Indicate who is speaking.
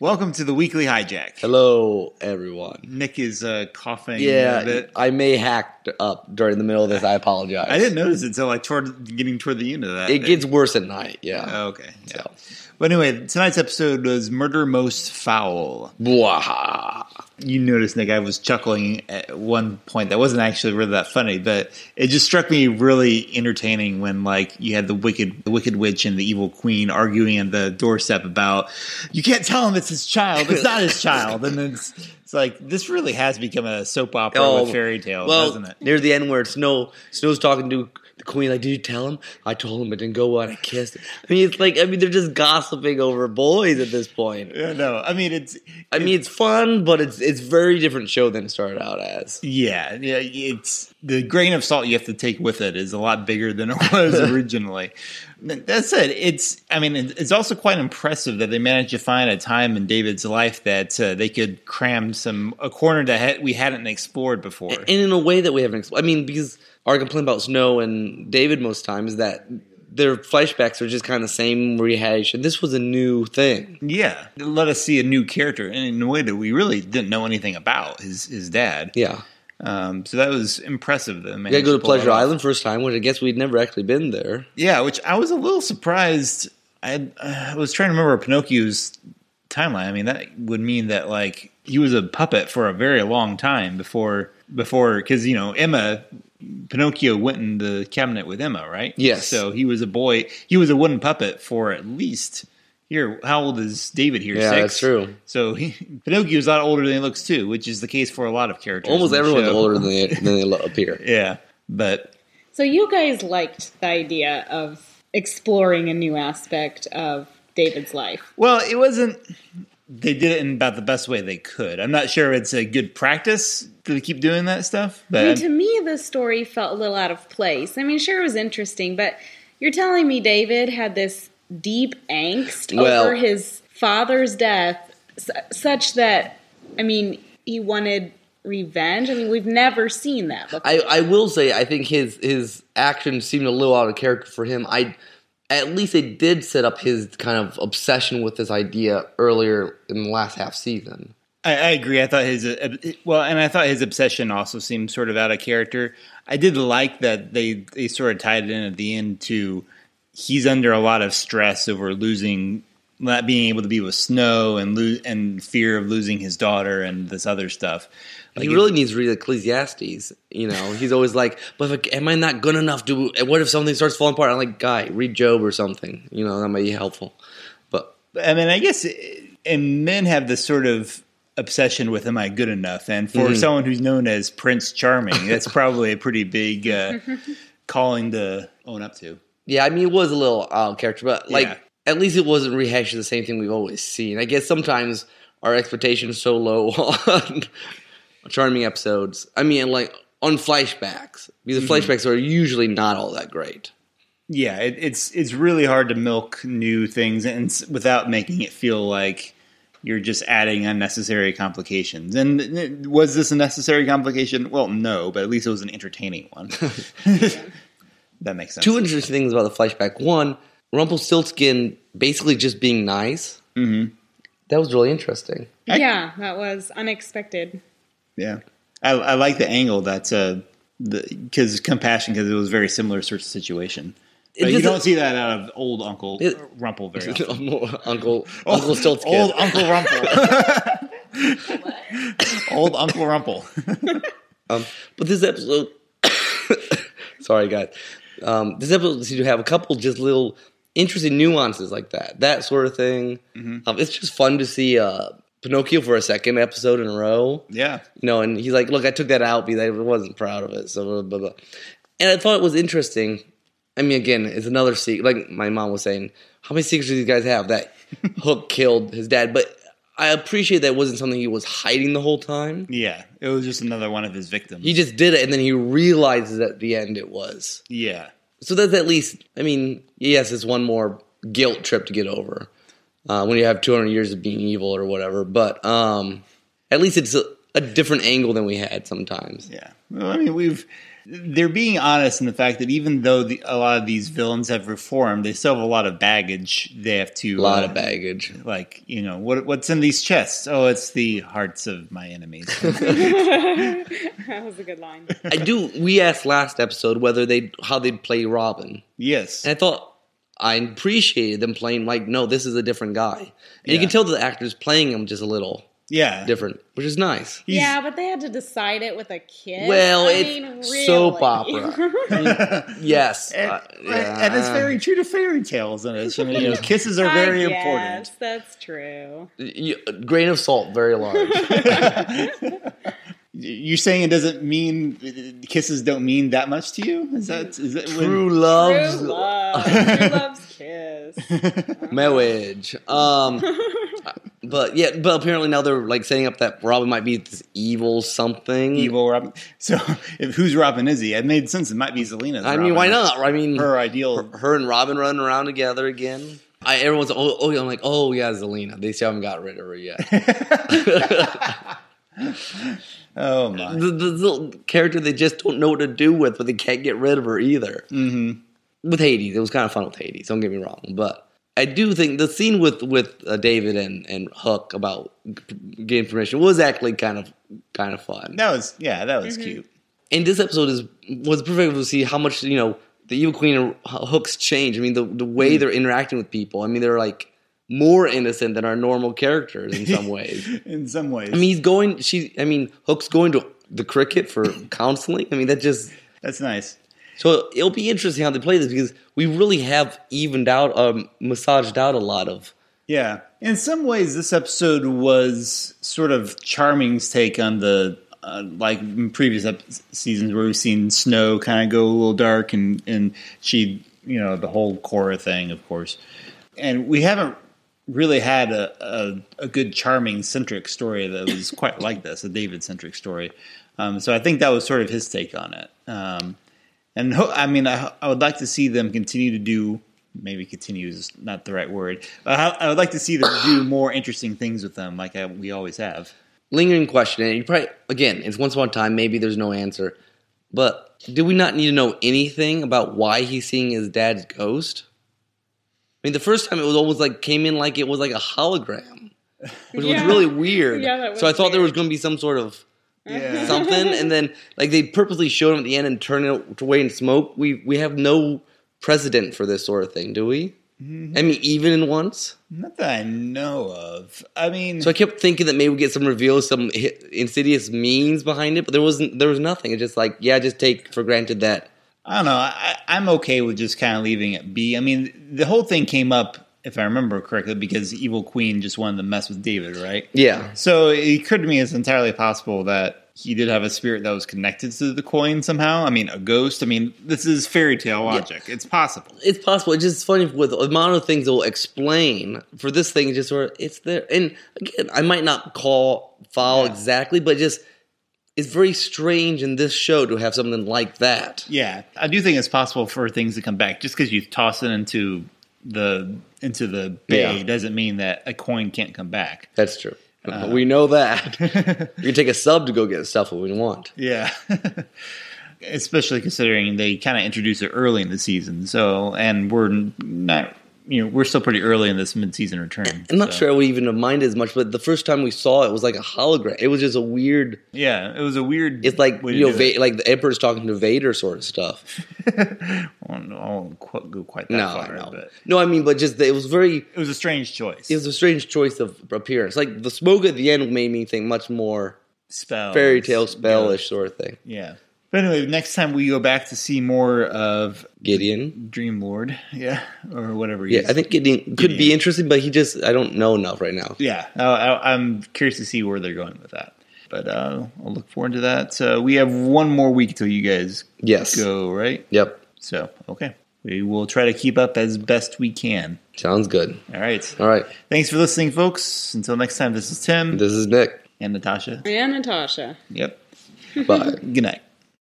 Speaker 1: Welcome to the weekly hijack.
Speaker 2: Hello, everyone.
Speaker 1: Nick is uh, coughing.
Speaker 2: Yeah,
Speaker 1: a bit.
Speaker 2: I may hack up during the middle of this. I apologize.
Speaker 1: I didn't notice it until I toward getting toward the end of that.
Speaker 2: It gets worse at night. Yeah.
Speaker 1: Oh, okay. Yeah.
Speaker 2: So.
Speaker 1: But anyway, tonight's episode was murder most foul.
Speaker 2: Bwaha.
Speaker 1: You noticed, Nick, I was chuckling at one point that wasn't actually really that funny, but it just struck me really entertaining when like you had the wicked, the wicked witch and the evil queen arguing at the doorstep about you can't tell him it's his child, it's not his child, and it's. It's like this really has become a soap opera with fairy tales,
Speaker 2: well,
Speaker 1: hasn't it?
Speaker 2: Near the end where Snow Snow's talking to the Queen, like, did you tell him? I told him it didn't go well. and I kissed. I mean, it's like I mean, they're just gossiping over boys at this point.
Speaker 1: Yeah, no, I mean it's.
Speaker 2: I mean, it's fun, but it's it's very different show than it started out as.
Speaker 1: yeah, yeah. It's the grain of salt you have to take with it is a lot bigger than it was originally. That said, it's. I mean, it- it's also quite impressive that they managed to find a time in David's life that uh, they could cram some a corner that had, we hadn't explored before.
Speaker 2: and in a way that we haven't explored. I mean, because our complaint about Snow and David most times is that their flashbacks are just kind of same rehash, and this was a new thing.
Speaker 1: yeah, it let us see a new character in a way that we really didn't know anything about his his dad.
Speaker 2: Yeah,
Speaker 1: Um, so that was impressive. That
Speaker 2: we gotta go to Pleasure Island first time, which I guess we'd never actually been there.
Speaker 1: Yeah, which I was a little surprised. I had, uh, I was trying to remember Pinocchio's timeline. I mean, that would mean that like he was a puppet for a very long time before before because you know Emma. Pinocchio went in the cabinet with Emma, right?
Speaker 2: Yes.
Speaker 1: So he was a boy. He was a wooden puppet for at least here. How old is David here?
Speaker 2: Yeah,
Speaker 1: Six?
Speaker 2: that's true.
Speaker 1: So he, Pinocchio's a lot older than he looks too, which is the case for a lot of characters.
Speaker 2: Almost
Speaker 1: in the
Speaker 2: everyone's
Speaker 1: show.
Speaker 2: older than they, than they lo- appear.
Speaker 1: Yeah, but
Speaker 3: So you guys liked the idea of exploring a new aspect of David's life.
Speaker 1: Well, it wasn't. They did it in about the best way they could. I'm not sure it's a good practice to keep doing that stuff,
Speaker 3: I mean,
Speaker 1: but
Speaker 3: to me, this story felt a little out of place. I mean, sure, it was interesting, but you're telling me David had this deep angst
Speaker 2: Well-
Speaker 3: over his father's death, su- such that, I mean, he wanted revenge. I mean, we've never seen that before.
Speaker 2: I, I will say, I think his his actions seemed a little out of character for him. I at least they did set up his kind of obsession with this idea earlier in the last half season.
Speaker 1: I, I agree. I thought his uh, well, and I thought his obsession also seemed sort of out of character. I did like that they they sort of tied it in at the end to he's under a lot of stress over losing, not being able to be with Snow and lo- and fear of losing his daughter and this other stuff. Like,
Speaker 2: he
Speaker 1: it-
Speaker 2: really needs to read Ecclesiastes. You know, he's always like, "But if I, am I not good enough? Do and what if something starts falling apart?" I'm like, "Guy, read Job or something. You know, that might be helpful." But
Speaker 1: I mean, I guess, eh, and men have this sort of obsession with am I good enough? And for someone who's known as Prince Charming, that's probably a pretty big uh, calling to own up to.
Speaker 2: yeah, I mean, it was a little out of character, but like,
Speaker 1: Yeah.
Speaker 2: at least it wasn't rehashing the same thing we've always seen. I guess sometimes our expectations so low on charming episodes. I mean, like on flashbacks, because the
Speaker 1: Mm-hmm.
Speaker 2: flashbacks are usually not all that great.
Speaker 1: Yeah, it, it's it's really hard to milk new things and s- without making it feel like you're just adding unnecessary complications. And uh, was this a necessary complication? Well, no, but at least it was an entertaining one. that makes sense.
Speaker 2: two interesting things about the flashback. One, Rumpelstiltskin basically just being nice. Mm-hmm. That was really interesting.
Speaker 1: I-
Speaker 3: yeah, that was unexpected.
Speaker 1: Yeah, I, I like the angle that uh, the because compassion because it was a very similar sort of situation. But you
Speaker 2: doesn't-
Speaker 1: don't see that out of old Uncle
Speaker 2: It-
Speaker 1: Rumple very often.
Speaker 2: Uncle
Speaker 1: oh,
Speaker 2: Uncle Stiltskin.
Speaker 1: Old Uncle Rumple. old Uncle Rumple.
Speaker 2: Um, but this episode, sorry guys, um, this episode seemed to have a couple just little interesting nuances like that, that sort of thing. Um, it's just fun to see uh, Pinocchio for a second episode in a row.
Speaker 1: Yeah.
Speaker 2: you know, and he's like, "Look, I took that out because I wasn't proud of it." So, blah, blah, blah. and I thought it was interesting. I mean, again, it's another secret. Like my mom was saying, how many secrets do these guys have? That Hook killed his dad, but I appreciate that wasn't something he was hiding the whole time.
Speaker 1: Yeah. It was just another one of his victims.
Speaker 2: He just did it, and then he realizes at the end it was.
Speaker 1: yeah.
Speaker 2: So that's at least. I mean, yes, it's one more guilt trip to get over uh, when you have 200 years of being evil or whatever. But um, at least it's a, a different angle than we had sometimes.
Speaker 1: Yeah. Well, I mean, we've they're being honest in the fact that even though the, a lot of these villains have reformed, they still have a lot of baggage. They have to
Speaker 2: A lot
Speaker 1: uh,
Speaker 2: of baggage.
Speaker 1: Like you know, what what's in these chests? Oh, it's the hearts of my enemies.
Speaker 3: that was a good line.
Speaker 2: I do. We asked last episode whether they how they play Robin,
Speaker 1: yes,
Speaker 2: and I thought I appreciated them playing like, no, this is a different guy, and you
Speaker 1: Yeah.
Speaker 2: can tell the actors playing him just a little
Speaker 1: yeah,
Speaker 2: different, which is nice.
Speaker 1: He's-
Speaker 3: yeah, but they had to decide it with a kid.
Speaker 2: Well,
Speaker 3: I
Speaker 2: it's
Speaker 3: mean,
Speaker 2: soap
Speaker 3: really.
Speaker 2: opera. Yes,
Speaker 1: And,
Speaker 2: uh,
Speaker 1: and it's
Speaker 2: yeah.
Speaker 1: very true to fairy tales, and it's, you know, kisses are
Speaker 3: I
Speaker 1: very
Speaker 3: guess
Speaker 1: important.
Speaker 3: That's true.
Speaker 2: You- grain of salt, very large.
Speaker 1: You're saying it doesn't mean kisses don't mean that much to you? Is that is that when-
Speaker 2: True loves
Speaker 3: True love. True love's kiss.
Speaker 2: marriage. Um, but yeah, but apparently now they're like setting up that Robin might be this evil something.
Speaker 1: evil Robin? So, if, who's Robin is he? It made sense. It might be Zelina's.
Speaker 2: I mean, why
Speaker 1: Robin.
Speaker 2: not? I mean,
Speaker 1: Her ideal.
Speaker 2: her and Robin running around together again. I everyone's oh, oh yeah, I'm like oh yeah, Zelina. They still haven't got rid of her yet.
Speaker 1: Oh my.
Speaker 2: the, the little character they just don't know what to do with, but they can't get rid of her either. Mm-hmm. With Hades, it was kind of fun with Hades. Don't get me wrong, but I do think the scene with with uh, David and and Hook about p- getting permission was actually kind of kind of fun.
Speaker 1: That was yeah. That
Speaker 3: Mm-hmm.
Speaker 1: was cute.
Speaker 2: And this episode is was perfect to see how much you know the Evil Queen and H- Hook's change. I mean, the the way they're interacting with people. I mean, they're like more innocent than our normal characters in some ways.
Speaker 1: In some ways,
Speaker 2: I mean, he's going. She. I mean, Hook's going to the cricket for counseling. I mean, that just.
Speaker 1: that's nice.
Speaker 2: So it'll be interesting how they play this because we really have evened out, um, massaged out a lot of.
Speaker 1: Yeah. In some ways, this episode was sort of Charming's take on the, uh, like in previous ep- seasons where we've seen Snow kind of go a little dark and, and she, you know, the whole Cora thing, of course. And we haven't really had a, a, a good Charming centric story that was quite like this, a David centric story. Um, so I think that was sort of his take on it. Um, and ho- I mean, I, I would like to see them continue to do. Maybe continue is not the right word. Uh, I, I would like to see them do more interesting things with them, like I, we always have.
Speaker 2: lingering question, and you probably again, it's once upon a time. Maybe there's no answer, but do we not need to know anything about why he's seeing his dad's ghost? I mean, the first time it was almost like came in like it was like a hologram, which was
Speaker 3: Yeah.
Speaker 2: really weird.
Speaker 3: Yeah, that
Speaker 2: so I
Speaker 3: was
Speaker 2: thought there was
Speaker 3: weird.
Speaker 2: going to be some sort of
Speaker 1: Yeah.
Speaker 2: something, and then like they purposely showed him at the end and turned it away in smoke. We we have no precedent for this sort of thing, do we? I mean, even in once.
Speaker 1: Not that I know of. I mean,
Speaker 2: So I kept thinking that maybe we get some reveal, some hi- insidious means behind it, but there wasn't. There was nothing. It's just like, yeah, just take for granted that.
Speaker 1: I don't know. I, I'm okay with just kind of leaving it be. I mean, the whole thing came up, if I remember correctly, because Evil Queen just wanted to mess with David, right?
Speaker 2: Yeah,
Speaker 1: So it occurred to me it's entirely possible that he did have a spirit that was connected to the coin somehow. I mean, a ghost. I mean, this is fairy tale logic. It's possible.
Speaker 2: it's possible. It's just funny with the amount of things that will explain for this thing. It's just sort of it's there. And again, I might not call foul exactly, but just it's very strange in this show to have something like that.
Speaker 1: Yeah, I do think it's possible for things to come back. Just because you toss it into the into the bay
Speaker 2: Yeah.
Speaker 1: doesn't mean that a coin can't come back.
Speaker 2: That's true. we know that. you can take a sub to go get stuff when we want.
Speaker 1: Yeah. Especially considering they kind of introduced it early in the season, so and we're n- not, you know, we're still pretty early in this mid-season return.
Speaker 2: I'm not
Speaker 1: so-
Speaker 2: sure I would even have minded as much, but the first time we saw it was like a hologram. It was just a weird.
Speaker 1: Yeah, it was a weird.
Speaker 2: It's like
Speaker 1: way to
Speaker 2: you know,
Speaker 1: do it.
Speaker 2: Va- like the Emperor's talking to Vader sort of stuff.
Speaker 1: I won't, I won't qu- go quite that
Speaker 2: No,
Speaker 1: far,
Speaker 2: no,
Speaker 1: but
Speaker 2: no. I mean, but just that it was very.
Speaker 1: it was a strange choice.
Speaker 2: It was a strange choice of appearance. Like the smoke at the end made me think much more
Speaker 1: spell
Speaker 2: fairy tale spellish sort of thing.
Speaker 1: Yeah. yeah. But anyway, next time we go back to see more of
Speaker 2: Gideon.
Speaker 1: Dream Lord, yeah, or whatever.
Speaker 2: Yeah,
Speaker 1: he's-
Speaker 2: I think Gideon could be
Speaker 1: Gideon.
Speaker 2: interesting, but he just I don't know enough right now.
Speaker 1: Yeah, I, I, I'm curious to see where they're going with that. But uh, I'll look forward to that. So we have one more week till you guys
Speaker 2: Yes.
Speaker 1: go, right?
Speaker 2: Yep.
Speaker 1: So okay, we will try to keep up as best we can.
Speaker 2: Sounds good.
Speaker 1: All right.
Speaker 2: All right.
Speaker 1: Thanks for listening, folks. Until next time, this is Tim
Speaker 2: This is Nick.
Speaker 1: and Natasha.
Speaker 3: And Natasha.
Speaker 1: Yep.
Speaker 2: Bye.
Speaker 1: Good night.